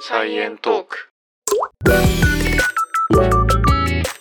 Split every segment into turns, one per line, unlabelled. サイエントーク。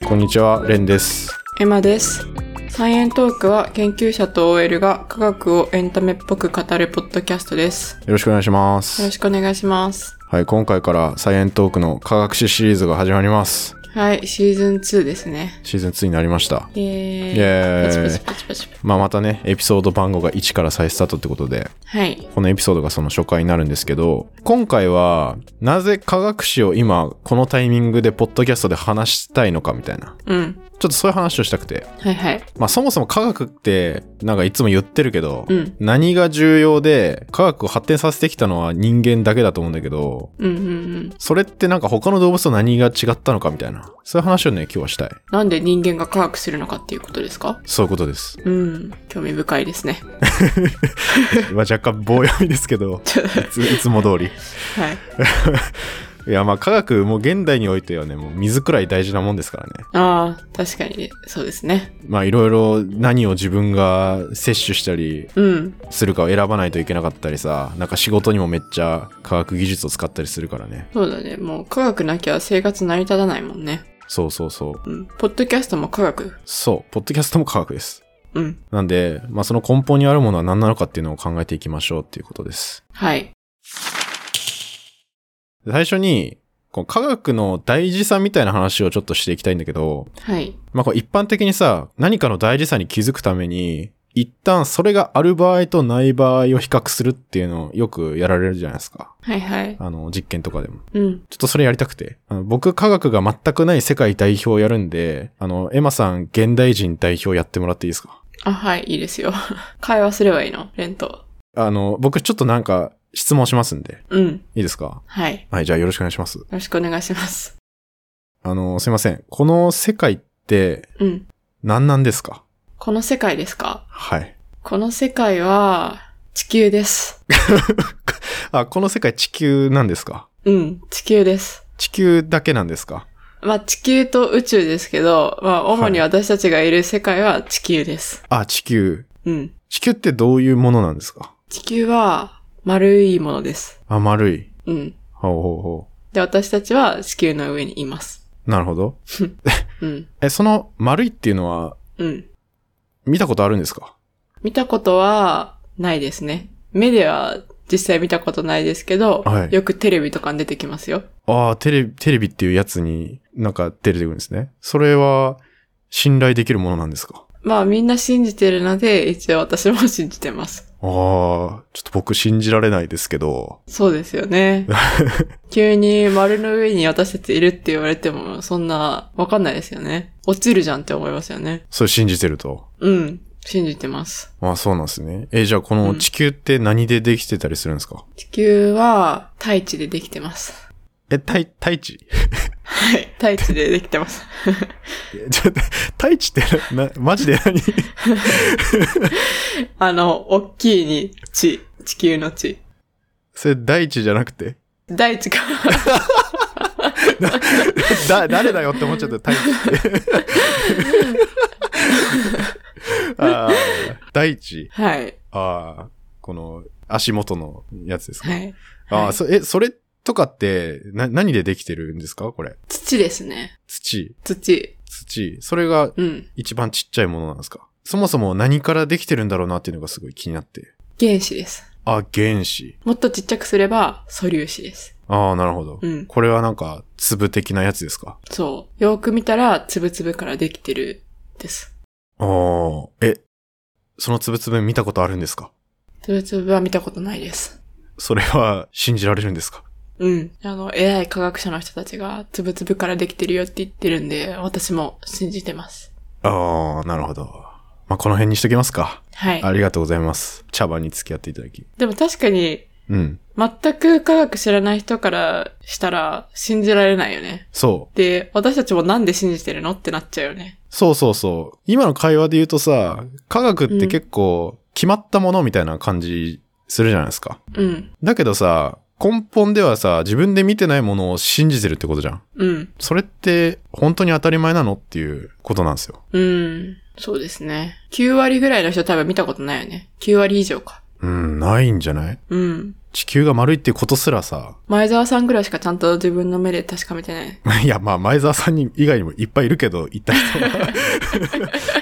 こんにちは、レンです。
エマです。サイエントークは研究者と OL が科学をエンタメっぽく語るポッドキャストです。
よろしくお願いしま
よろ
す。
しくお願いします。
はい、今回からサイエントークの科学史シリーズが始まります。
はい、シーズン2ですね。
シーズン2になりました。
イエーイ。
イエーイ
パチパチパチパチパチ。
まあ、またね、エピソード番号が1から再スタートってことで、
はい。
このエピソードがその初回になるんですけど、今回は、なぜ科学史を今、このタイミングでポッドキャストで話したいのかみたいな。
うん。
ちょっとそういう話をしたくて。
はいはい。
まあそもそも科学ってなんかいつも言ってるけど、
うん
何が重要で科学を発展させてきたのは人間だけだと思うんだけど、
うんうんうん。
それってなんか他の動物と何が違ったのかみたいな。そういう話をね、今日はしたい。
なんで人間が科学するのかっていうことですか
そういうこと です。
うん。興味深いですね。
まあ若干棒読みですけ ど、いついつも通り。
はい。
いやまあ科学もう現代においてはね、もう水くらい大事なもんですからね。
ああ、確かに、そうですね。
まあいろいろ何を自分が摂取したり
うん。
するかを選ばないといけなかったりさ、なんか仕事にもめっちゃ科学技術を使ったりするからね。
そうだね。もう科学なきゃ生活成り立たないもんね。
そうそうそう。
うん。ポッドキャストも科学。
そう、ポッドキャストも科学です。
うん。
なんで、まあ、その根本にあるものは何なのかっていうのを考えていきましょうっていうことです。
はい。
最初に、この科学の大事さみたいな話をちょっとしていきたいんだけど、
はい。
まあ、こう一般的にさ、何かの大事さに気づくために、一旦それがある場合とない場合を比較するっていうのをよくやられるじゃないですか。
はいはい。
あの、実験とかでも。
うん。
ちょっとそれやりたくて。あの僕、科学が全くない世界代表をやるんで、あの、エマさん、現代人代表やってもらっていいですか
あ、はい、いいですよ。 会話すればいいの、レント。
あの、僕ちょっとなんか質問しますんで、
うん。
いいですか
はい。よ
はい、じゃあよろしくお願いします。
ろしくお願いします。
あの、すいません。この世界って
うん。
何なんですか
この世界ですか
はい。
この世界は、地球です。
あ、この世界地球なんですか
うん、地球です。
地球だけなんですか
まあ、地球と宇宙ですけど、まあ、主に私たちがいる世界は地球です。
あ、地球。
うん。
地球ってどういうものなんですか
地球は、丸いものです。
あ、丸い。
うん。
ほうほうほ
で、私たちは地球の上にいます。
う。なるほど。
うん。
え、その丸いっていうのは
うん。
見たことあるんですか
見たことはないですね。目では実際見たことないですけど、
はい
よくテレビとかに出てきますよ。
ああ、テレビ、テレビっていうやつになんか出てくるんですね。それは信頼できるものなんですか
まあみんな信じてるので、一応私も信じてます。
ああ、ちょっと僕信じられないですけど。
そうです よね。急に丸の上に私たちいるって言われても、そんなわかんないですよね。落ちるじゃんって思いますよね。
それ信じてると。
うん。信じてます。
ああ、そうなんですね。え、じゃあこ
う
の
ん
地球って何でできてたりするんですか、
地球は、大地でできてます。
え、大、大地
はい。大地でできてます。
えちょっと、大地ってな、なマジで何
あの、大きいに地。地球の地。
それ大地じゃなくて
大地から
だ、誰だよって思っ ちゃった、大地って。ああ、大地。
はい。
ああ、この足元のやつですか、
はい。
あ
は
あ、
い
そ、え、それとかって、な、何でできてるんですかこれ。
土ですね。
土。
土。
土。それが
うん。
一番ちっちゃいものなんですかそもそも何からできてるんだろうなっていうのがすごい気になって。
原子です。
あ、原子。
もっとちっちゃくすれば素粒子です。
ああ、なるほど。
うん
これはなんか、粒的なやつですか
そう。よく見たら、つぶつぶからできてるです。
ああ、え、その粒々見たことあるんですか
つぶつぶは見たことないです。
それは信じられるんですか
うん。あの、偉い科学者の人たちが、つぶつぶからできてるよって言ってるんで、私も信じてます。
ああ、なるほど。まあ、この辺にしときますか。
はい。
ありがとうございます。茶番に付き合っていただき。
でも確かに、
うん。
全く科学知らない人からしたら、信じられないよね。
そう。
で、私たちもなんで信じてるのってなっちゃうよね。
そうそうそう。今の会話で言うとさ、科学って結構決まったものみたいな感じするじゃないですか。
うん。
だけどさ、根本ではさ、自分で見てないものを信じてるってことじゃん。
うん。
それって本当に当たり前なのっていうことなんですよ。
うん。そうですね。9割ぐらいの人多分見たことないよね。9割以上か。
うん、ないんじゃない
うん。
地球が丸いっていうことすらさ、
前澤さんぐらいしかちゃんと自分の目で確かめてない。
いや、まあ、前澤さんに以外にもいっぱいいるけど、言った人は。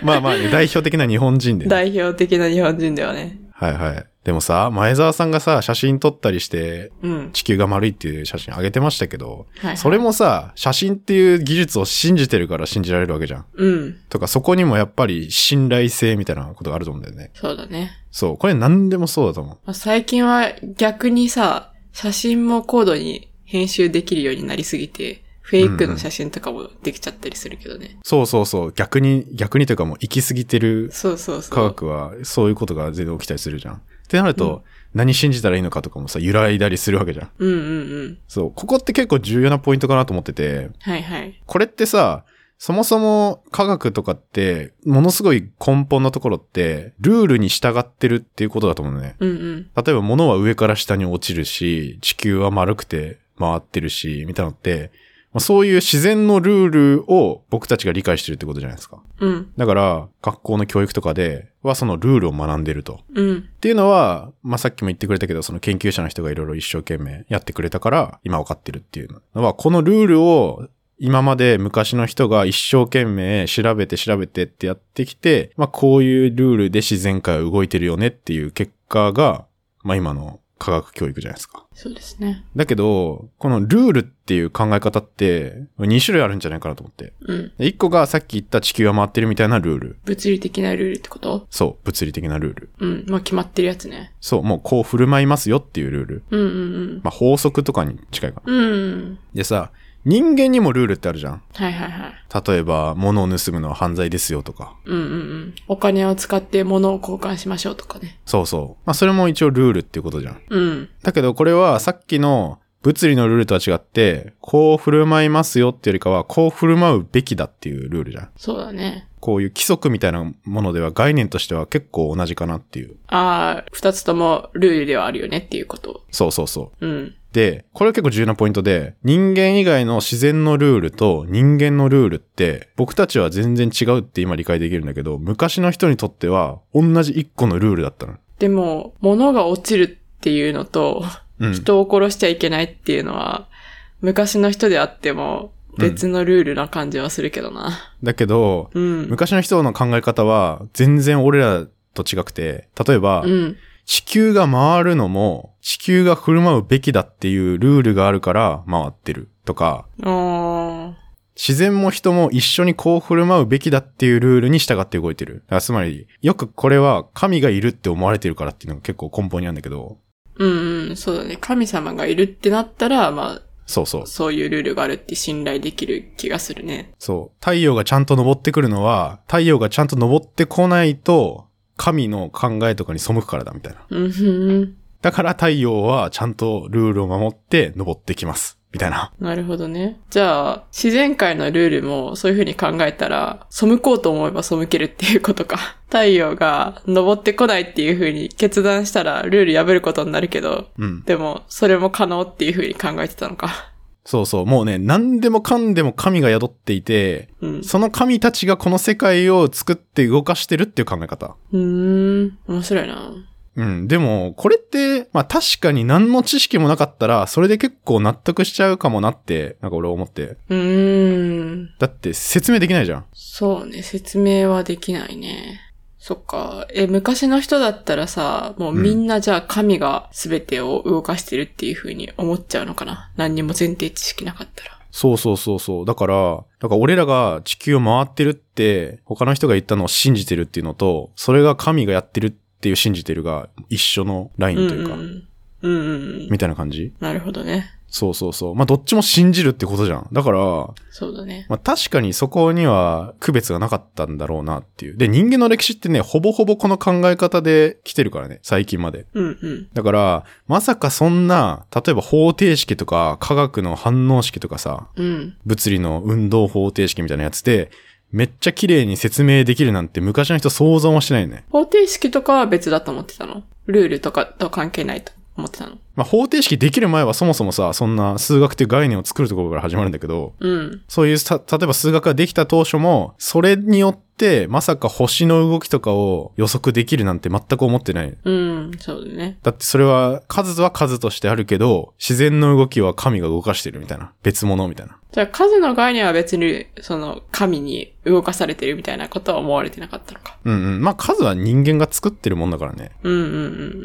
まあまあ、ね、代表的な日本人で、ね。
代表的な日本人ではね。
はいはい。でもさ、前澤さんがさ、写真撮ったりして、
うん。
地球が丸いっていう写真上げてましたけど、
はい。
それもさ、写真っていう技術を信じてるから信じられるわけじゃん。
うん。
とか、そこにもやっぱり信頼性みたいなことがあると思うんだよね。
そうだね。
そう、これ何でもそうだと思う。
まあ最近は逆にさ、写真も高度に編集できるようになりすぎて、フェイクの写真とかもできちゃったりするけどね。
そうそうそう、逆に、逆にというかもう行き過ぎてる
そうそうそう。
科学はそういうことが全然起きたりするじゃん。ってなると、何信じたらいいのかとかもさ、揺らいだりするわけじゃん。
うんうんうん。
そう、ここって結構重要なポイントかなと思ってて、
はいはい。
これってさ、そもそも科学とかって、ものすごい根本のところって、ルールに従ってるっていうことだと思うのね。
うんうん。
例えば物は上から下に落ちるし、地球は丸くて回ってるし、みたいなのって、まあそういう自然のルールを僕たちが理解してるってことじゃないですか。
うん。
だから、学校の教育とかではそのルールを学んでると。
うん。
っていうのは、まあ、さっきも言ってくれたけど、その研究者の人がいろいろ一生懸命やってくれたから、今分かってるっていうのは、このルールを今まで昔の人が一生懸命調べて調べてってやってきて、まあ、こういうルールで自然界は動いてるよねっていう結果が、まあ、今の科学教育じゃないですか。
そうですね。
だけど、このルールっていう考え方って、2種類あるんじゃないかなと思って。
うん。
1個がさっき言った地球が回ってるみたいなルール。
物理的なルールってこと
そう、物理的なルール。
うん。まあ、決まってるやつね。
そう、もうこう振る舞いますよっていうルール。
うんうん
まあ、法則とかに近いかな。
うん。うん。
でさ、人間にもルールってあるじゃん。
はいはいはい。
例えば、物を盗むのは犯罪ですよとか。
うんうんうん。お金を使って物を交換しましょうとかね。
そうそう。まあ、それも一応ルールっていうことじゃん。
うん。
だけど、これはさっきの物理のルールとは違って、こう振る舞いますよっていうよりかは、こう振る舞うべきだっていうルールじゃん。
そうだね。
こういう規則みたいなものでは概念としては結構同じかなっていう。
ああ、二つともルールではあるよねっていうこと。
そうそうそう。
うん。
で、これは結構重要なポイントで、人間以外の自然のルールと人間のルールって、僕たちは全然違うって今理解できるんだけど、昔の人にとっては、同じ一個のルールだったの。
でも、物が落ちるっていうのと、
うん。
人を殺しちゃいけないっていうのは、昔の人であっても、別のルールな感じはするけどな。
だけど、
うん。
昔の人の考え方は、全然俺らと違くて、例えば、
うん。
地球が回るのも、地球が振る舞うべきだっていうルールがあるから回ってる。とか、
あ
自然も人も一緒にこう振る舞うべきだっていうルールに従って動いてる。だからつまり、よくこれは神がいるって思われてるからっていうのが結構根本にあるんだけど、
ーうんうん。そうだね。神様がいるってなったら、ま
そうそう
あ、。そういうルールがあるって信頼できる気がするね。
そう。太陽がちゃんと昇ってくるのは、太陽がちゃんと昇ってこないと、神の考えとかに背くからだみたいな。
うんふん。
だから太陽はちゃんとルールを守って昇ってきます。みたいな。
なるほどね。じゃあ、自然界のルールもそういう風に考えたら、背こうと思えば背けるっていうことか。太陽が昇ってこないっていう風に決断したらルール破ることになるけど、
うん。
でも、それも可能っていう風に考えてたのか。
そうそう。もうね、何でもかんでも神が宿っていて、
うん。
その神たちがこの世界を作って動かしてるっていう考え方。
うーん、面白いな。
うん。でも、これって、まあ確かに何の知識もなかったら、それで結構納得しちゃうかもなって、なんか俺思って。
うーん。
だって説明できないじゃん。
そうね、説明はできないね。そっか。え、昔の人だったらさ、もうみんなじゃあ神が全てを動かしてるっていう風に思っちゃうのかな。何にも前提知識なかったら。
そうそうそうそう。だから、だから俺らが地球を回ってるって、他の人が言ったのを信じてるっていうのと、それが神がやってるっていう信じてるが一緒のラインというか、
うんうんうん、うんうんうん。
みたいな感じ
なるほどね。
そうそうそう。まあどっちも信じるってことじゃん。だから、
そうだね。
まあ確かにそこには区別がなかったんだろうなっていう。で、人間の歴史ってね、ほぼほぼこの考え方で来てるからね、最近まで。
うんうん。
だから、まさかそんな、例えば方程式とか、科学の反応式とかさ、
うん。
物理の運動方程式みたいなやつで、めっちゃ綺麗に説明できるなんて昔の人想像もしないよね。
方程式とかは別だと思ってたのルールとかと関係ないと思ってたの
まあ方程式できる前はそもそもさ、そんな数学っていう概念を作るところから始まるんだけど、
うん。
そういうさ、例えば数学ができた当初も、それによって、って、まさか星の動きとかを予測できるなんて全く思ってない。
うん、そうだね。
だってそれは、数は数としてあるけど、自然の動きは神が動かしてるみたいな。別物みたいな。
じゃあ数の概念は別に、その、神に動かされてるみたいなことは思われてなかったのか。
うんうん。まあ数は人間が作ってるもんだからね。
うん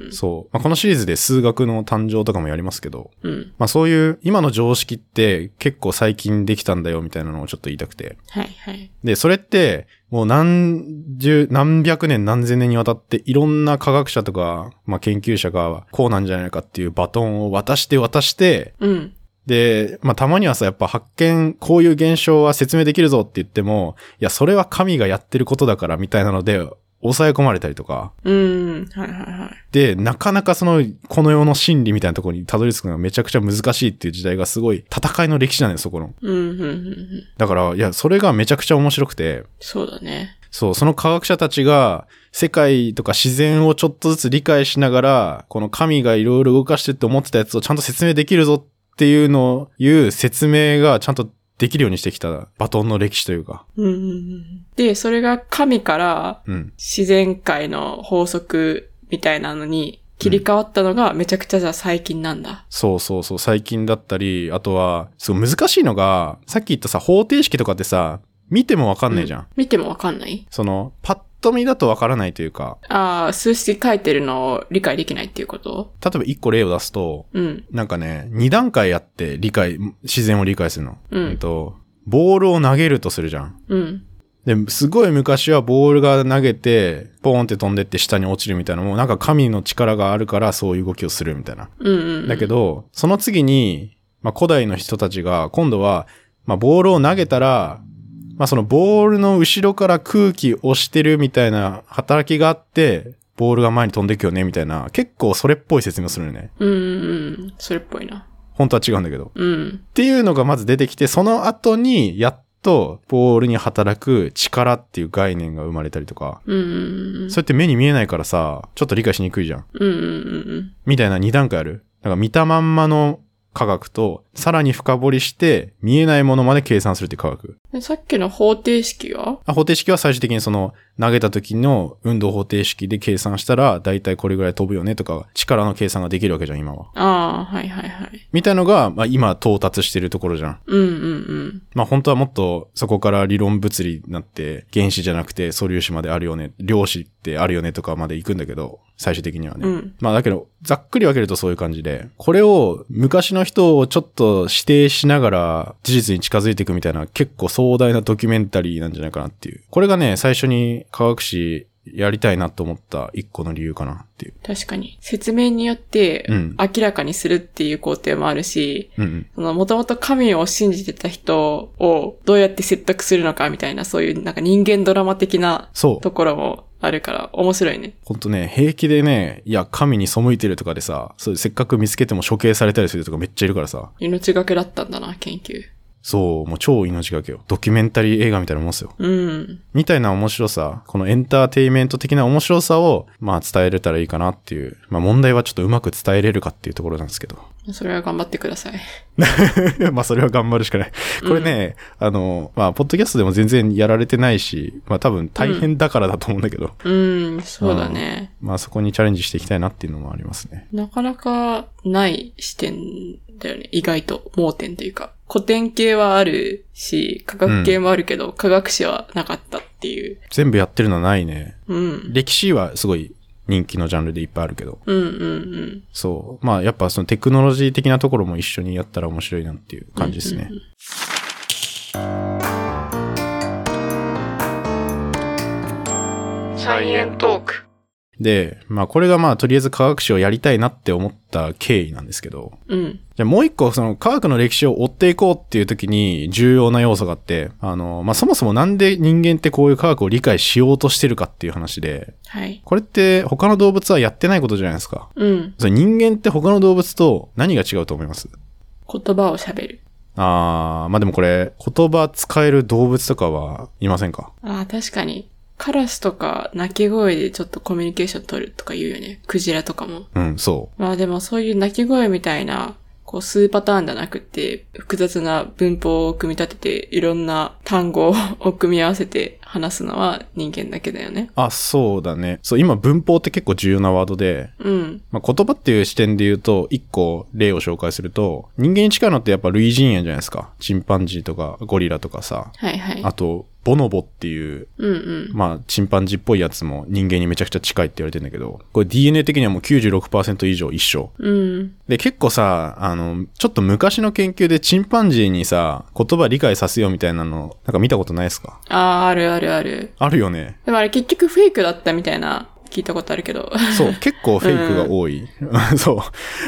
うん
そう。まあこのシリーズで数学の誕生とかもやりますけど、
うん。うん。
まあそういう今の常識って結構最近できたんだよみたいなのをちょっと言いたくて。
はいはい。
で、それってもう何十、何百年何千年にわたっていろんな科学者とか、まあ研究者がこうなんじゃないかっていうバトンを渡して渡して、
うん。
で、まあ、たまにはさ、やっぱ発見、こういう現象は説明できるぞって言っても、いや、それは神がやってることだからみたいなので、抑え込まれたりとか。
うん。はいはいはい。
で、なかなかその、この世の真理みたいなところにたどり着くのがめちゃくちゃ難しいっていう時代がすごい戦いの歴史なんだよ、そこの。
うんうんうんうん。
だから、いや、それがめちゃくちゃ面白くて、
そうだね。
そう、その科学者たちが、世界とか自然をちょっとずつ理解しながら、この神がいろいろ動かしてって思ってたやつをちゃんと説明できるぞっていうのを、いう説明がちゃんとできるようにしてきたバトンの歴史というか。
うんうんうん。で、それが神から
うん。
自然界の法則みたいなのに切り替わったのがめちゃくちゃじゃあ最近なんだ。
そうそうそう、最近だったり、あとは、すごい難しいのが、さっき言ったさ、方程式とかってさ、見てもわかんないじゃん。
見てもわかんない
その、パッと見だとわからないというか、
ああ、数式書いてるのを理解できないっていうこと
例えば一個例を出すと、
うん。
なんかね、二段階あって理解、自然を理解するの。
うん
えっと、ボールを投げるとするじゃん。
うん。
で、すごい昔はボールが投げて、ポーンって飛んでって下に落ちるみたいなのも、なんか神の力があるからそういう動きをするみたいな。
うんうんうん。
だけど、その次に、まあ古代の人たちが、今度は、まあボールを投げたら、まあそのボールの後ろから空気をしてるみたいな働きがあって、ボールが前に飛んでいくよねみたいな、結構それっぽい説明をするよね。
うんうんうん。それっぽいな。
本当は違うんだけど。
うん
っ。ていうのがまず出てきて、その後にやっとボールに働く力っていう概念が生まれたりとか、
うんうんうん。
それって目に見えないからさ、ちょっと理解しにくいじゃん。
うんうん
みたいな2段階ある。なんか見たまんまの科学と、さらに深掘りして、見えないものまで計算するっていう科学。
うん。でさっきの方程式は
あ方程式は最終的にその、投げた時の運動方程式で計算したら、だいたいこれぐらい飛ぶよねとか、力の計算ができるわけじゃん、今は。
ああ、はいはいはい。
みたいのが、まあ今到達してるところじゃん。
うんうん
まあ本当はもっとそこから理論物理になって原子じゃなくて素粒子まであるよね、量子ってあるよねとかまで行くんだけど、最終的にはね。
うん
まあだけど、ざっくり分けるとそういう感じで、これを昔の人をちょっと指定しながら事実に近づいていくみたいな結構壮大なドキュメンタリーなんじゃないかなっていう。これがね、最初に科学史やりたいなと思った一個の理由かなっていう。
確かに。説明によって
うん
明らかにするっていう工程もあるし、
うんうん。
その、もともと神を信じてた人をどうやって説得するのかみたいな、そういうなんか人間ドラマ的な
そう。
ところもあるから面白いね。
ほんとね、平気でね、いや、神に背いてるとかでさ、そうせっかく見つけても処刑されたりするとかめっちゃいるからさ、
命がけだったんだな、研究。
そう、もう超命がけよ。ドキュメンタリー映画みたいなもんですよ。
うん。
みたいな面白さ、このエンターテイメント的な面白さを、まあ伝えれたらいいかなっていう。まあ問題はちょっとうまく伝えれるかっていうところなんですけど。
それは頑張ってください。
まあそれは頑張るしかない。これね、あの、まあポッドキャストでも全然やられてないし、まあ多分大変だからだと思うんだけど、
うん、そうだね。
まあそこにチャレンジしていきたいなっていうのもありますね。
なかなかない視点だよね。意外と盲点というか。古典系はあるし、科学系もあるけど、科学史はなかったっていう。
全部やってるのはないね。
うん。
歴史はすごい人気のジャンルでいっぱいあるけど。
うんうんうん。
そう。まあやっぱそのテクノロジー的なところも一緒にやったら面白いなっていう感じですね。
サイエントーク。
で、まあこれがまあとりあえず科学史をやりたいなって思った経緯なんですけど、
うん。
じゃあもう一個その科学の歴史を追っていこうっていう時に重要な要素があって、あの、まあそもそもなんで人間ってこういう科学を理解しようとしてるかっていう話で、
はい。
これって他の動物はやってないことじゃないですか。
うん。
それ人間って他の動物と何が違うと思います
言葉を喋る。
あー、まあでもこれ言葉使える動物とかはいませんか
ああ、確かに。カラスとか鳴き声でちょっとコミュニケーション取るとか言うよね。クジラとかも。
うん、そう。
まあでもそういう鳴き声みたいな、こう数パターンじゃなくて、複雑な文法を組み立てて、いろんな単語を組み合わせて話すのは人間だけだよね。
あ、そうだね。そう、今文法って結構重要なワードで、
うん。
まあ、言葉っていう視点で言うと、一個例を紹介すると、人間に近いのってやっぱ類人猿じゃないですか。チンパンジーとかゴリラとかさ。
はいはい。
あと、ボノボっていう、
うんうん。
まあ、チンパンジーっぽいやつも人間にめちゃくちゃ近いって言われてんだけど、これ DNA 的にはもう96%以上一緒。
うん。
で、結構さ、あの、ちょっと昔の研究でチンパンジーにさ、言葉理解させようみたいなの、なんか見たことないですか
ああー、あるあるある。
あるよね。
でもあれ結局フェイクだったみたいな聞いたことあるけど。
そう、結構フェイクが多い。 そう。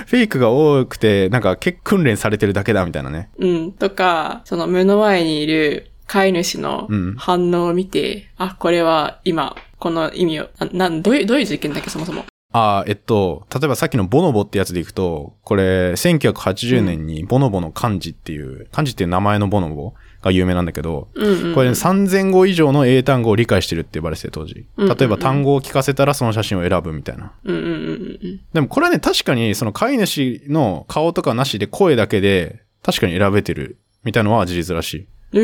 フェイクが多くて、なんか結構訓練されてるだけだみたいなね。
うん。とか、その目の前にいる飼い主の
うん
反応を見て、あ、これは今、この意味を、あなん、どういう、どういう実験だっけ、そもそも。
ああ、えっと、例えばさっきのボノボってやつでいくと、これ、1980年にボノボの漢字っていう、漢字っていう名前のボノボが有名なんだけど、
うん、うん。
これ、ね、3000語以上の英単語を理解してるって呼ばれてて当時。
うんうんうん
例えば単語を聞かせたらその写真を選ぶみたいな。
うんうんうんうん
でもこれはね、確かにその飼い主の顔とかなしで声だけで確かに選べてるみたいのは事実らしい。
うん。え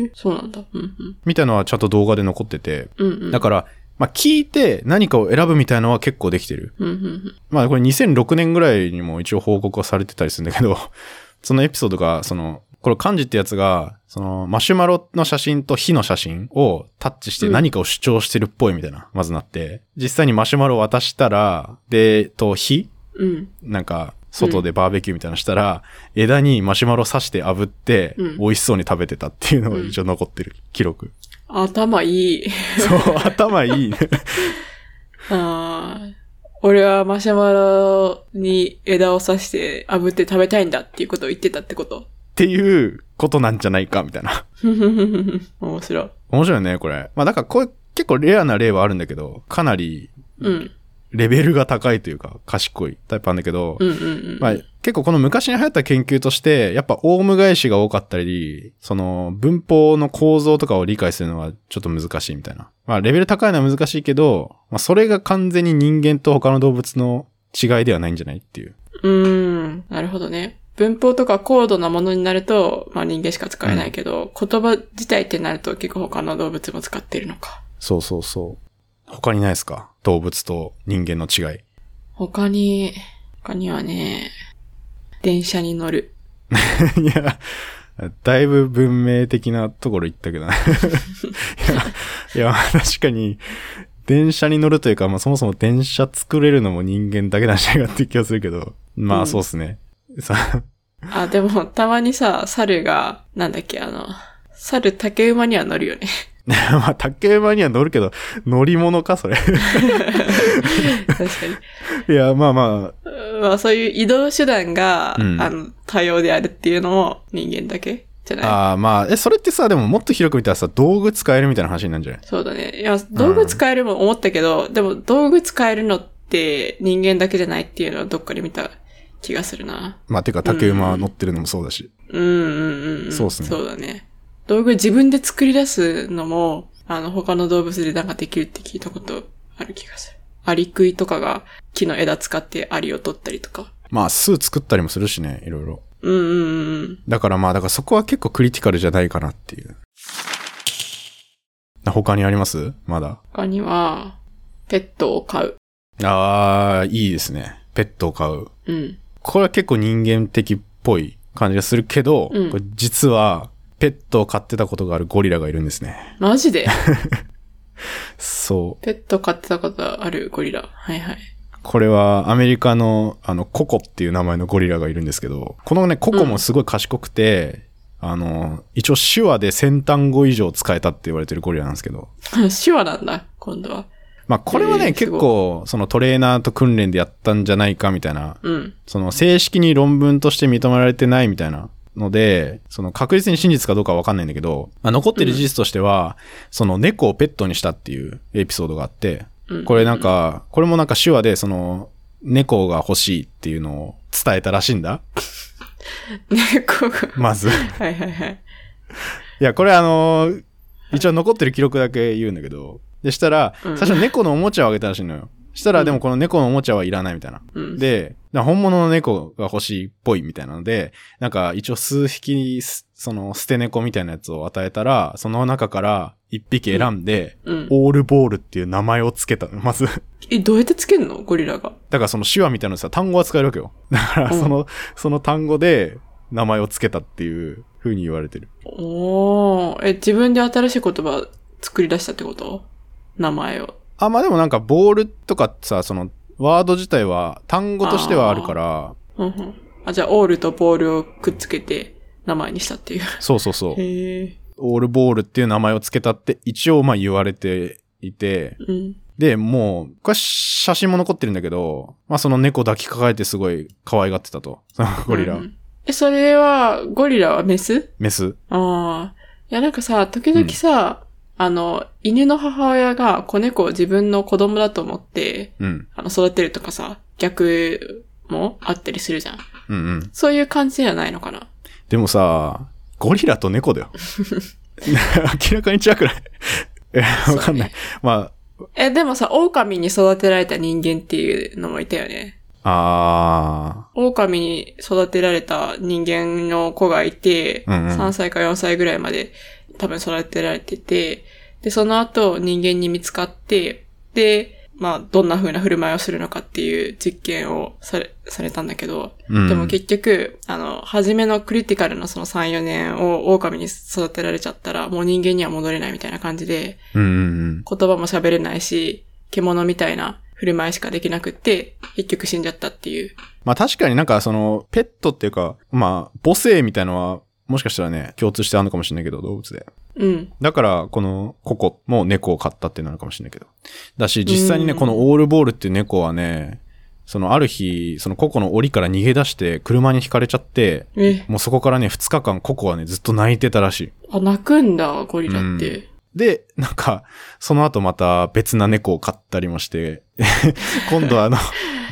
えー、そうなんだ。うんうん。
みたいのはちゃんと動画で残ってて。
うんうん。
だから、まあ聞いて何かを選ぶみたいのは結構できてる。
うんうんうん。
まあこれ2006年ぐらいにも一応報告はされてたりするんだけど、 そのエピソードが、その、これ漢字ってやつが、そのマシュマロの写真と火の写真をタッチして何かを主張してるっぽいみたいな、まずなって、実際にマシュマロを渡したら、で、と火
うん。
なんか、外でバーベキューみたいなのしたら、枝にマシュマロ刺して炙って、
うん
美味しそうに食べてたっていうのが一応残ってる記録。
頭いい。
そう、頭いいね。
ああ。俺はマシュマロに枝を刺して炙って食べたいんだっていうことを言ってたってこと。
っていうことなんじゃないか、みたいな。
ふふふふふ面白い。
面白いよね、これ。まあ、だからこれ結構レアな例はあるんだけど、かなり
うん。
レベルが高いというか、賢いタイプなんだけど、
うんうんうん。
まあ、結構この昔に流行った研究として、やっぱオウム返しが多かったり、その文法の構造とかを理解するのはちょっと難しいみたいな。まあレベル高いのは難しいけど、まあそれが完全に人間と他の動物の違いではないんじゃないっていう。
うーん、なるほどね。文法とか高度なものになると、まあ人間しか使えないけど、言葉自体ってなると結構他の動物も使ってるのか。
そうそうそう。他にないですか動物と人間の違い。
他に、他にはね、電車に乗る。
いや、だいぶ文明的なところ行ったけどな。いや、いや確かに、電車に乗るというか、まあそもそも電車作れるのも人間だけなんじゃないかっていう気がするけど、ま
う
あ
ん
そうっすね。さ
あ、でもたまにさ、猿が、なんだっけ、あの、猿竹馬には乗 るよね。
まあ竹馬には乗るけど、乗り物か、それ。
確か
いや、まあまあ、
に。まあそういう移動手段が、
うん
あの、多様であるっていうのも人間だけじゃない
ああまあ、え、それってさ、でももっと広く見たらさ、道具使えるみたいな話になるんじゃない
そうだね。いや、道具使えるも思ったけど、でも道具使えるのって人間だけじゃないっていうのはどっかで見た気がするな。
まあ、てか竹馬乗ってるのもそうだし。
うんうんうん。
そうっすね
そうだね。道具自分で作り出すのも、あの、他の動物でなんかできるって聞いたことある気がする。アリクイとかが木の枝使ってアリを取ったりとか。
まあ、巣作ったりもするしね、いろいろ。
うんうんうんうん。
だからまあ、だからそこは結構クリティカルじゃないかなっていう。他にありますまだ。
他には、ペットを飼う。
ああ、いいですね。ペットを飼う。
うん。
これは結構人間的っぽい感じがするけど、
うん
これ実は、ペットを飼ってたことがあるゴリラがいるんですね。
マ ジで
そ
ペット飼ってたことあるゴリラ。はいはい。
う。これはアメリカの、あの、ココっていう名前のゴリラがいるんですけど、このね、ココもすごい賢くて、あの、一応手話で先端語以上使えたって言われてるゴリラなんですけど、
手話なんだ、今度は。
まあこれはね、
えーす
結
ごい
構そのトレーナーと訓練でやったんじゃないかみたいな、
うん。
その正式に論文として認められてないみたいなので、その確実に真実かどうかはわかんないんだけど、まあ、残ってる事実としては、その猫をペットにしたっていうエピソードがあって、
うん
これなんか、これもなんか手話でその猫が欲しいっていうのを伝えたらしいんだ。
猫が。
ま ず。
はいはいはい。
いや、これあのー一応残ってる記録だけ言うんだけど、でしたら、最
うん
初猫のおもちゃをあげたらしいのよ。したら、でもこの猫のおもちゃはいらないみたいな。
うん
で、だから本物の猫が欲しいっぽいみたいなので、なんか一応数匹、すその捨て猫みたいなやつを与えたら、その中から一匹選んで、
うん。
オールボールっていう名前をつけたの、まず。
え、どうやってつけんのゴリラが。
だからその手話みたいなのさ、単語は使えるわけよ。だから
うん
その、その単語で名前をつけたっていう風に言われてる。
おー。え、自分で新しい言葉作り出したってこと名前を。
あ、まあでもなんかボールとかさ、その、ワード自体は単語としてはあるから、
うんうん。あ、じゃあ、オールとボールをくっつけて名前にしたっていう。
そうそうそう。
へえ。
オールボールっていう名前をつけたって一応まあ言われていて、
うん。
で、もう、これ写真も残ってるんだけど、まあその猫抱きかかえてすごい可愛がってたと。 そのゴリラ、
うんえ、それは、ゴリラはメス
メス。
ああ。いや、なんかさ、時々さ、あの、犬の母親が子猫を自分の子供だと思って、
うん。
あの、育てるとかさ、逆もあったりするじゃん。
うんうん。
そういう感じじゃないのかな
でもさ、ゴリラと猫だよ。 明らかに違くないえ、 わかんない。ま
え、でもさ、狼に育てられた人間っていうのもいたよね。
あ、あ
狼に育てられた人間の子がいて、
うんうん
3歳か4歳ぐらいまで多分育てられてて、で、その後人間に見つかって、で、まあ、どんな風な振る舞いをするのかっていう実験をされ、されたんだけど、
ー。うん。
でも結局、あの、初めのクリティカルのその3、4年を狼に育てられちゃったら、もう人間には戻れないみたいな感じで、
うんうんうん。
言葉も喋れないし、獣みたいな振る舞いしかできなくって、結局死んじゃったっていう。
まあ確かになんかその、ペットっていうか、まあ、母性みたいのは、もしかしたらね、共通してあるのかもしれないけど、動物で。
うん。
だから、このココも猫を飼ったってなるかもしれないけど。だし、実際にね、
うん
このオールボールっていう猫はね、そのある日、そのココの檻から逃げ出して、車にひかれちゃって、
え、
もうそこからね、2日間ココはね、ずっと泣いてたらしい。
あ、泣くんだ、ゴリラって。
で、なんか、その後また別な猫を飼ったりもして、 今度はあの、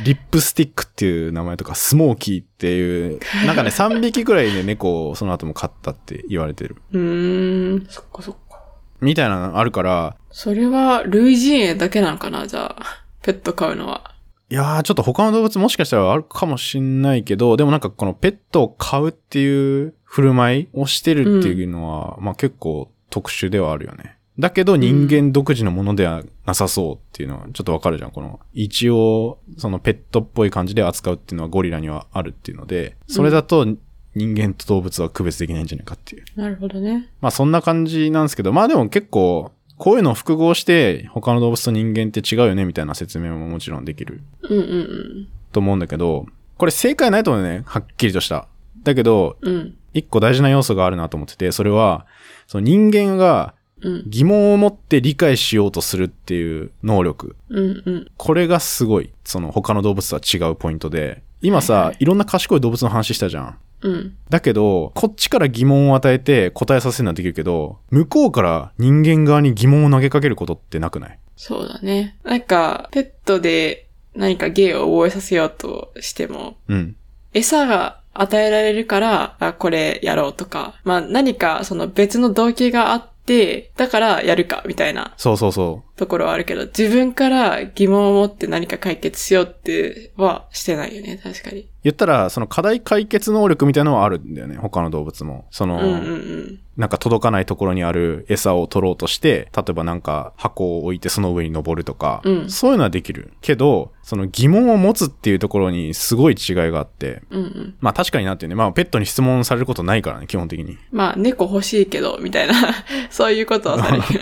リップスティックっていう名前とか、スモーキーっていう、なんかね、3匹くらいね、猫をその後も飼ったって言われてる。
うーん、そっかそっか。
みたいなのあるから、
それは、類人猿だけなのかな、じゃあ。ペット飼うのは。
いやー、ちょっと他の動物もしかしたらあるかもしんないけど、でもなんかこのペットを飼うっていう振る舞いをしてるっていうのは、まあ結構特殊ではあるよね。だけど人間独自のものではなさそうっていうのはちょっとわかるじゃん。この一応そのペットっぽい感じで扱うっていうのはゴリラにはあるっていうので、それだと人間と動物は区別できないんじゃないかっていう。
なるほどね。
まあそんな感じなんですけど、まあでも結構こういうのを複合して他の動物と人間って違うよねみたいな説明ももちろんできる
うんうん
と思うんだけど、これ正解ないと思うね。はっきりとした。だけど、
うん。うん。
一個大事な要素があるなと思ってて、それは、その人間が
うん。
疑問を持って理解しようとするっていう能力。
うんうん。
これがすごい。その他の動物とは違うポイントで。今
はい
さ
はい、
いろんな賢い動物の話したじゃん。
うん。
だけど、こっちから疑問を与えて答えさせるのはできるけど、向こうから人間側に疑問を投げかけることってなくない
そうだね。なんか、ペットで何か芸を覚えさせようとしても、
うん。
餌が与えられるから、あ、これやろうとか、まあ何かその別の動機があって、だからやるか、みたいな
そうそうそう。
ところはあるけど、自分から疑問を持って何か解決しようってはしてないよね、確かに。
言ったら、その課題解決能力みたいなのはあるんだよね、他の動物も。そ
うん
の、
うんうん。
なんか届かないところにある餌を取ろうとして、例えばなんか箱を置いてその上に登るとか、
うん
そういうのはできる。けど、その疑問を持つっていうところにすごい違いがあって、
うんうん。
まあ確かになっていうね、まあペットに質問されることないからね、基本的に。い
まあ猫欲しいけど、みたいな、 そういうことはされてる。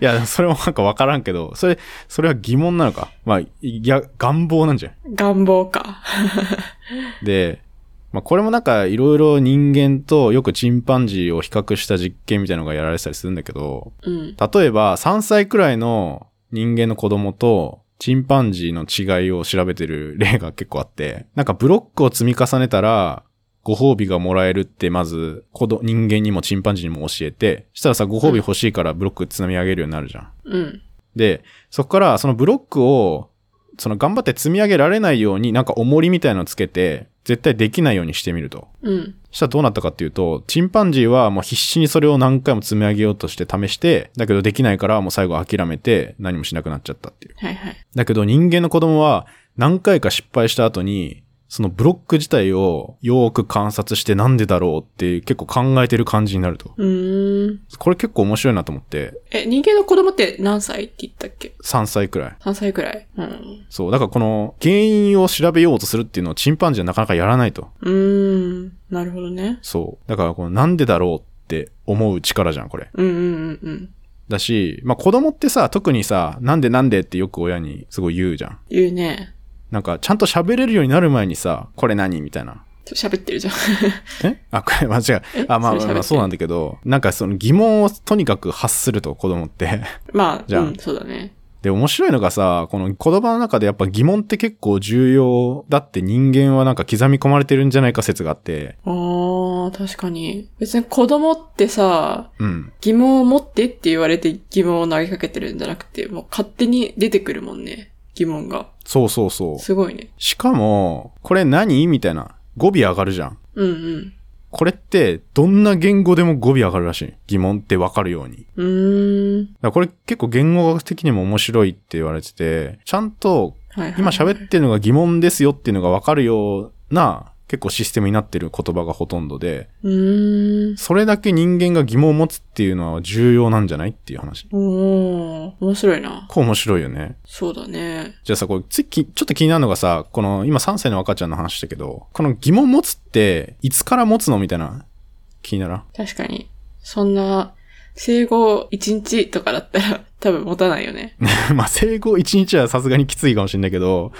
や、それもなんかわからんけど、それ、それは疑問なのか。まあ、いや、願望なんじゃん。
願望か。
で、まあ、これもなんかいろいろ人間とよくチンパンジーを比較した実験みたいなのがやられてたりするんだけど、
う
例
ん。
えば3歳くらいの人間の子供とチンパンジーの違いを調べてる例が結構あって、なんかブロックを積み重ねたら、ご褒美がもらえるってまず、子ど、人間にもチンパンジーにも教えて、したらさ、ご褒美欲しいからブロック積み上げるようになるじゃん。
うん。
で、そこからそのブロックを、その頑張って積み上げられないように、なんか重りみたいのつけて、絶対できないようにしてみると。
うん。
したらどうなったかっていうと、チンパンジーはもう必死にそれを何回も積み上げようとして試して、だけどできないからもう最後諦めて何もしなくなっちゃったっていう。
はいはい。
だけど人間の子供は何回か失敗した後に、そのブロック自体をよーく観察してなんでだろうっていう結構考えてる感じになると。
うーん。
これ結構面白いなと思って、
え、人間の子供って何歳って言ったっけ
3歳くらい。
?3 歳くらい。うん。
そう。だからこの原因を調べようとするっていうのをチンパンジーはなかなかやらないと。
うーん。なるほどね。
そう。だからこのなんでだろうって思う力じゃん、これ。
うんうんうんうん。
だし、まあ子供ってさ、特にさ、なんでなんでってよく親にすごい言うじゃん。
言うね。
なんかちゃんと喋れるようになる前にさ、これ何みたいな。
ちょ喋ってるじゃん。
えあ、これ間違え。あ、まあま
それ喋っ
あ
て
まあそうなんだけど、なんかその疑問をとにかく発すると子供って。
まあ、
じゃあ
うん、そうだね。
で、面白いのがさ、この言葉の中でやっぱ疑問って結構重要だって人間はなんか刻み込まれてるんじゃないか説があって、
あー、確かに。別に子供ってさ、
うん。
疑問を持ってって言われて疑問を投げかけてるんじゃなくて、もう勝手に出てくるもんね。疑問が。
そうそうそう。
すごいね。
しかも、これ何みたいな。語尾上がるじゃん。
うんうん。
これって、どんな言語でも語尾上がるらしい。疑問ってわかるように。
うーん。
だからこれ結構言語学的にも面白いって言われてて、ちゃんと
はい、はい。
今喋ってるのが疑問ですよっていうのがわかるような結構システムになってる言葉がほとんどで、
うーん。
それだけ人間が疑問を持つっていうのは重要なんじゃないっていう話。
おー、面白いな。
こう面白いよね。
そうだね。
じゃあさ、これついきちょっと気になるのがさ、この今3歳の赤ちゃんの話だけど、この疑問持つっていつから持つのみたいな気にならん
確かに。そんな、生後1日とかだったら多分持たないよね。
まあ、生後1日はさすがにきついかもしれないけど、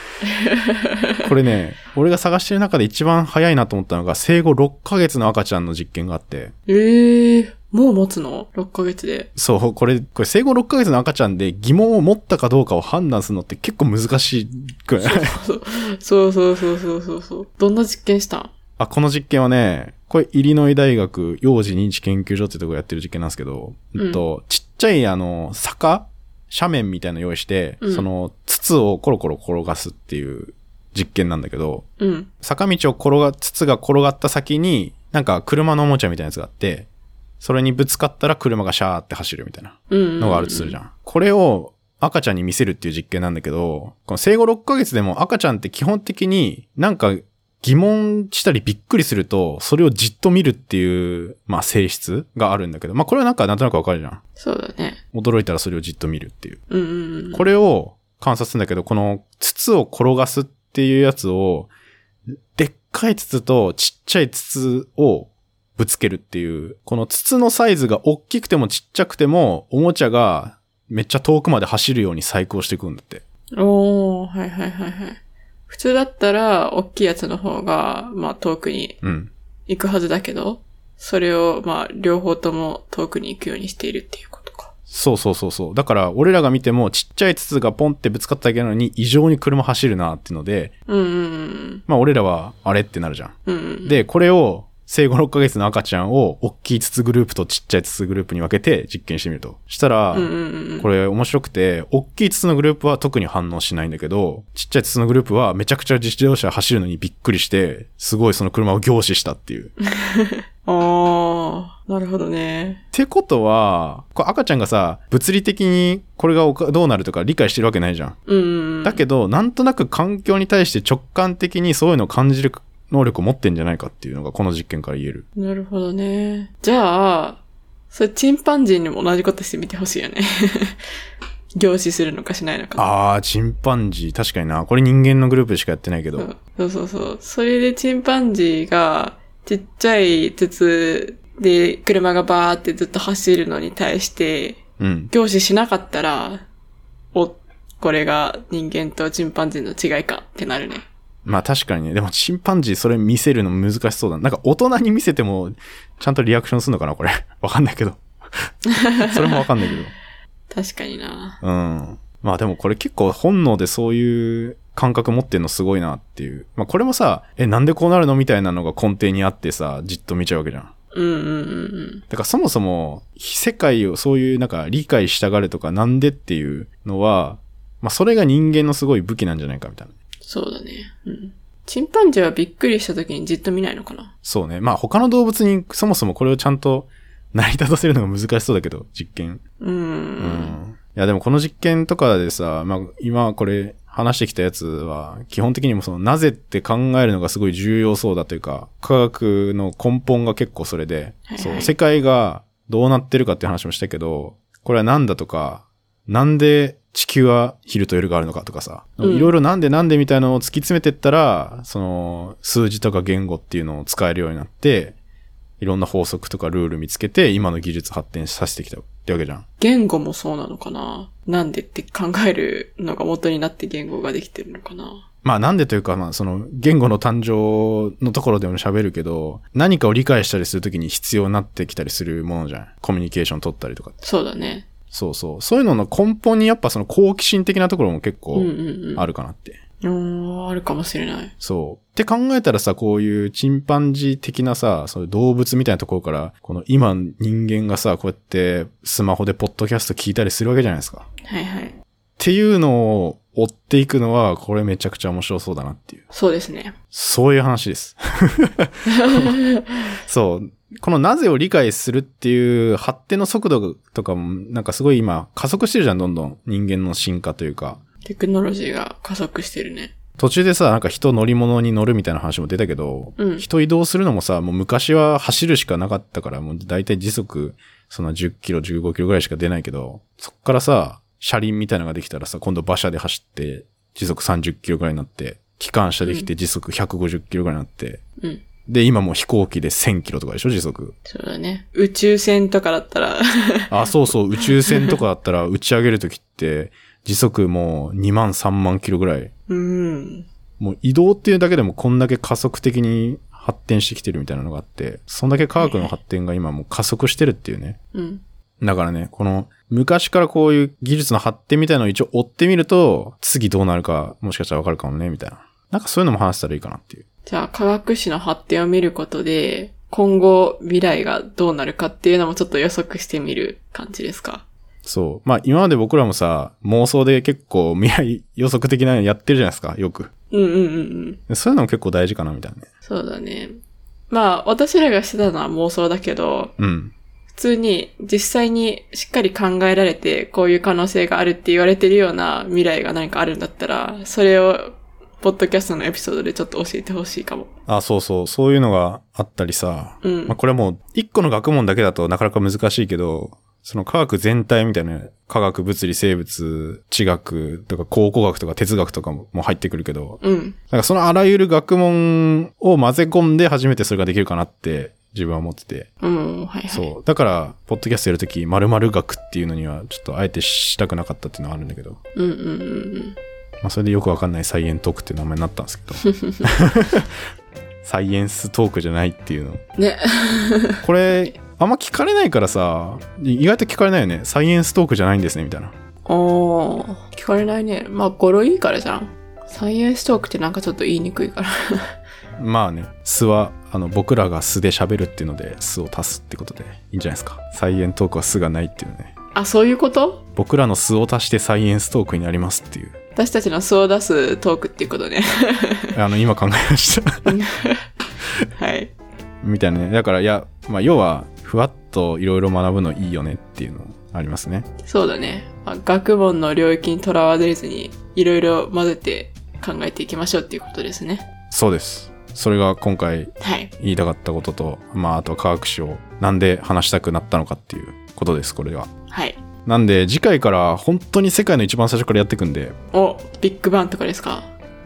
これね、俺が探してる中で一番早いなと思ったのが、生後6ヶ月の赤ちゃんの実験があって、
ええー、もう持つの ?6 ヶ月で。
そう、これ、これ生後6ヶ月の赤ちゃんで疑問を持ったかどうかを判断するのって結構難しくない
そうそうそうそうそうそう。どんな実験したん
あ、この実験はね、これ、イリノイ大学幼児認知研究所ってとこやってる実験なんですけど、
うん
えっと、ちっちゃいあの、坂斜面みたいなの用意して、
うん
その、筒をコロコロ転がすっていう実験なんだけど、
うん。
坂道を転が、筒が転がった先に、なんか車のおもちゃみたいなやつがあって、それにぶつかったら車がシャーって走るみたいな
うんうん、うん。
のがあるとするじゃん。これを赤ちゃんに見せるっていう実験なんだけど、この生後6ヶ月でも赤ちゃんって基本的になんか疑問したりびっくりすると、それをじっと見るっていう、まあ性質があるんだけど、まあこれはなんかなんとなくわかるじゃん。
そうだね。
驚いたらそれをじっと見るっていう。
うんうんうん。
これを観察するんだけど、この筒を転がすっていうやつを、でっかい筒とちっちゃい筒をぶつけるっていう、この筒のサイズが大きくてもちっちゃくても、おもちゃがめっちゃ遠くまで走るように細工をしていくんだって。
おー、はいはいはいはい。普通だったら、大きいやつの方が、まあ遠くに
うん。
行くはずだけど、それを、まあ両方とも遠くに行くようにしているっていうことか。
そうそうそうそう。だから、俺らが見ても、ちっちゃい筒がポンってぶつかっただけなのに、異常に車走るなっていうので、
うんうん
まあ、俺らは、あれってなるじゃん。
うん。うんうん。
で、これを、生後6ヶ月の赤ちゃんを、大きい筒グループとちっちゃい筒グループに分けて実験してみると。したら、
うんうんうん。
これ面白くて、大きい筒のグループは特に反応しないんだけど、ちっちゃい筒のグループはめちゃくちゃ自動車走るのにびっくりして、すごいその車を凝視したっていう。っ
あー、なるほどね。
てことは、これ赤ちゃんがさ、物理的にこれがおかどうなるとか理解してるわけないじゃん。
うんうんうん。
だけど、なんとなく環境に対して直感的にそういうのを感じる能力を持ってんじゃないかっていうのがこの実験から言える。
なるほどね。じゃあ、それチンパンジーにも同じことしてみてほしいよね。 凝視するのかしないのか。
あー、チンパンジー。確かにな。これ人間のグループしかやってないけど。
そうそうそうそう。それでチンパンジーがちっちゃい筒で車がバーってずっと走るのに対して、
うん。
凝視しなかったら、お、これが人間とチンパンジーの違いかってなるね。
まあ確かにね。でもチンパンジーそれ見せるの難しそうだな。なんか大人に見せても、ちゃんとリアクションするのかなこれ。 わかんないけど。それもわかんないけど。
確かにな。
うん。まあでもこれ結構本能でそういう感覚持ってんのすごいなっていう。まあこれもさ、え、なんでこうなるのみたいなのが根底にあってさ、じっと見ちゃうわけじゃん。
うんうんうん
だからそもそも、世界をそういうなんか理解したがるとかなんでっていうのは、まあそれが人間のすごい武器なんじゃないかみたいな。
そうだね。うん。チンパンジーはびっくりした時にじっと見ないのかな。
そうね。まあ他の動物にそもそもこれをちゃんと成り立たせるのが難しそうだけど、実験。
うー。
うんいやでもこの実験とかでさ、まあ今これ話してきたやつは、基本的にもその、なぜって考えるのがすごい重要そうだというか、科学の根本が結構それで、
はいはい
そう、世界がどうなってるかっていう話もしたけど、これはなんだとか、なんで地球は昼と夜があるのかとかさ、い
うん
ろいろなんでなんでみたいなのを突き詰めてったら、その、数字とか言語っていうのを使えるようになって、いろんな法則とかルール見つけて、今の技術発展させてきたってわけじゃん。
言語もそうなのかななんでって考えるのが元になって言語ができてるのかな
まあなんでというか、まあその言語の誕生のところでも喋るけど、何かを理解したりするときに必要になってきたりするものじゃん。コミュニケーション取ったりとかって。
そうだね。
そうそう。そういうのの根本にやっぱその好奇心的なところも結
うん
構
うんうん。
あるかなって。
うんあるかもしれない。
そう。って考えたらさ、こういうチンパンジー的なさ、そういう動物みたいなところから、この今人間がさ、こうやってスマホでポッドキャスト聞いたりするわけじゃないですか。っ
はいはい。
ていうのを追っていくのは、これめちゃくちゃ面白そうだなっていう。
そうですね。
そういう話 です。そう。このなぜを理解するっていう発展の速度とかも、なんかすごい今加速してるじゃん、どんどん。人間の進化というか。
テクノロジーが加速してるね。
途中でさ、なんか人乗り物に乗るみたいな話も出たけど、
うん
人移動するのもさ、もう昔は走るしかなかったから、もう大体時速、その10キロ、15キロぐらいしか出ないけど、そっからさ、車輪みたいなのができたらさ、今度馬車で走って、時速30キロぐらいになって、機関車できて時速150キロぐらいになって、
うん。
で、今もう飛行機で1000キロとかでしょ、時速。
そうだね。宇宙船とかだったら、
あ、そうそう、宇宙船とかだったら打ち上げるときって、時速もう2万3万キロぐらい。
うん。
もう移動っていうだけでもこんだけ加速的に発展してきてるみたいなのがあって、そんだけ科学の発展が今もう加速してるっていうね。
うん。
だからね、この昔からこういう技術の発展みたいなのを一応追ってみると、次どうなるかもしかしたらわかるかもね、みたいな。なんかそういうのも話したらいいかなっていう。
じゃあ、科学史の発展を見ることで、今後未来がどうなるかっていうのもちょっと予測してみる感じですか。
そう。まあ今まで僕らもさ、妄想で結構未来予測的なのやってるじゃないですか、よく。
うんうんうんうん。
そういうのも結構大事かな、みたいなね。
そうだね。まあ、私らがしてたのは妄想だけど、
うん。
普通に実際にしっかり考えられて、こういう可能性があるって言われてるような未来が何かあるんだったら、それを、ポッドキャストのエピソードでちょっと教えてほしいかも。
あ、そうそう、そういうのがあったりさ、
うん
まあ、これはもう、一個の学問だけだとなかなか難しいけど、その科学全体みたいな、科学、物理、生物、地学とか考古学とか哲学とかももう入ってくるけど、
うん。
なんかそのあらゆる学問を混ぜ込んで初めてそれができるかなって自分は思ってて。
うん、はいはい。
そう。だから、ポッドキャストやるとき、〇〇学っていうのにはちょっとあえてしたくなかったっていうのはあるんだけど、
うんうんうんうん。
まあそれでよくわかんないサイエントークっていう名前になったんですけど、サイエンストークじゃないっていうの。
ね。
これあんま聞かれないからさ意外と聞かれないよねサイエンストークじゃないんですねみたいな
おー、聞かれないね。まあ、語呂いいからじゃん。サイエンストークってなんかちょっと言いにくいから。
まあね素はあの僕らが素で喋るっていうので素を足すってことでいいんじゃないですかサイエントークは素がないっていうね
あ、そういうこと
僕らの素を足してサイエンストークになりますっていう
私たちの素を出すトークっていうことね。
あの今考えました
はい。
みたいなねだからいや、まあ、要はふわっといろいろ学ぶのいいよねっていうのありますね
そうだね。まあ、学問の領域にとらわれずに、いろいろ混ぜて考えていきましょうっていうことですね。
そうですそれが今回
はい。
言いたかったことと、まあ、あとは科学史をなんで話したくなったのかっていうことですこれは
はい。
なんで次回から本当に世界の一番最初からやっていくんで
お、ビッグバンとかですか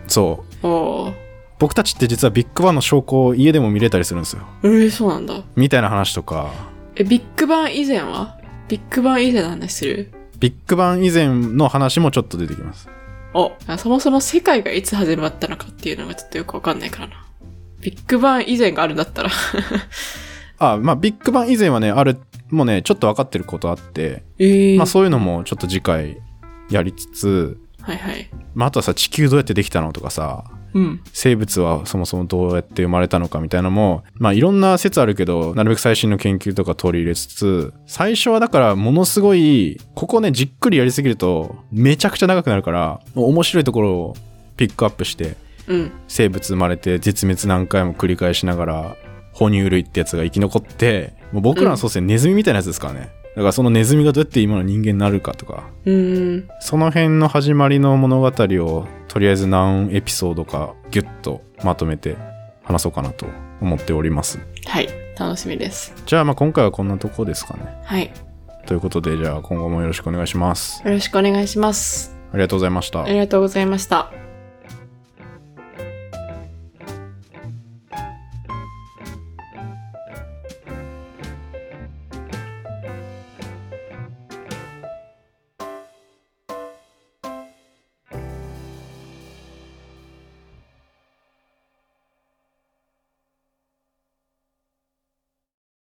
そう
おー。
僕たちって実はビッグバンの証拠を家でも見れたりするんですよ
えー、そうなんだ。
みたいな話とか
え、ビッグバン以前はビッグバン以前の話する
ビッグバン以前の話もちょっと出てきます
お、そもそも世界がいつ始まったのかっていうのがちょっとよくわかんないからな。ビッグバン以前があるんだったら。
あまあビッグバン以前はねあるもうねちょっと分かってることあって、
ええ
まあ、そういうのもちょっと次回やりつつ、
はいはい。
まあ、あとはさ地球どうやってできたのとかさ
うん。
生物はそもそもどうやって生まれたのかみたいなのも、まあいろんな説あるけど、なるべく最新の研究とか取り入れつつ、最初はだからものすごい、ここね、じっくりやりすぎると、めちゃくちゃ長くなるから、もう面白いところをピックアップして、
うん。
生物生まれて絶滅何回も繰り返しながら、哺乳類ってやつが生き残って、もう僕らの祖先ネズミみたいなやつですからね。だからそのネズミがどうやって今の人間になるかとか、
うん。
その辺の始まりの物語をとりあえず何エピソードかギュッとまとめて話そうかなと思っております。
はい。楽しみです。
じゃあまあ今回はこんなとこですかね。
はい。よ
ということでじゃあ今後もよろしくお願いします。
ろしくお願いします。
ありがとうございました
あ。りがとうございました。